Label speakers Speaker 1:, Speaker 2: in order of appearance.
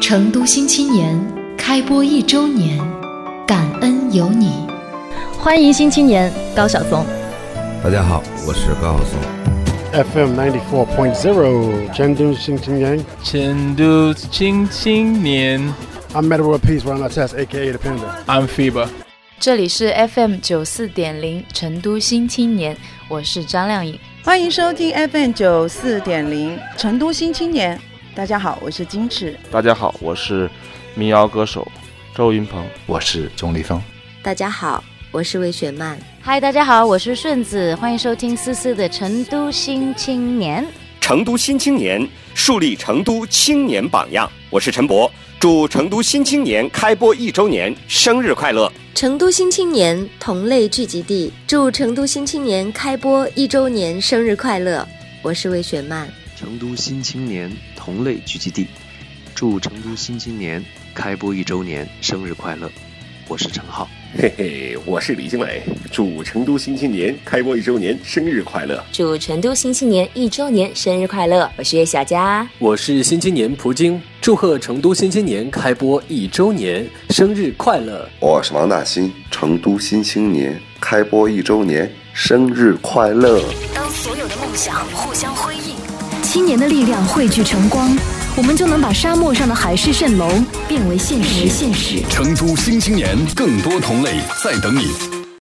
Speaker 1: 成都新青年开播一周年，感恩有你。
Speaker 2: 欢迎新青年高晓松。
Speaker 3: 大家好，我是高晓松。
Speaker 4: FM ninety four point zero，成都新青年。
Speaker 5: 成都新青年
Speaker 4: I'm Metal World Peace, Ron Lattes, aka the Panda.
Speaker 5: ，I'm Fiba。
Speaker 6: 这里是 FM 九四点零成都新青年，我是张靓颖。
Speaker 7: 欢迎收听 FM 九四点零成都新青年。大家好，我是金池。
Speaker 8: 大家好，我是民谣歌手周云鹏。
Speaker 9: 我是钟立峰。
Speaker 10: 大家好，我是魏雪曼。
Speaker 2: 嗨，大家好，我是顺子，欢迎收听思思的《成都新青年》。
Speaker 11: 成都新青年，树立成都青年榜样。我是陈博，祝成都新青年开播一周年生日快乐！
Speaker 10: 成都新青年同类聚集地，祝成都新青年开播一周年生日快乐！我是魏雪曼。
Speaker 12: 成都新青年同类聚集地，祝成都新青年开播一周年生日快乐！我是陈浩。
Speaker 13: 嘿嘿，我是李金磊，祝成都新青年开播一周年生日快乐！
Speaker 14: 祝成都新青年一周年生日快乐！我是岳小佳，
Speaker 15: 我是新青年蒲京，祝贺成都新青年开播一周年生日快乐！
Speaker 16: 我是王大新，成都新青年开播一周年生日快乐！
Speaker 17: 当所有的梦想互相辉映，
Speaker 18: 青年的力量汇聚成光，我们就能把沙漠上的海市蜃楼变为现实。现实。
Speaker 19: 成都新青年，更多同类在等你。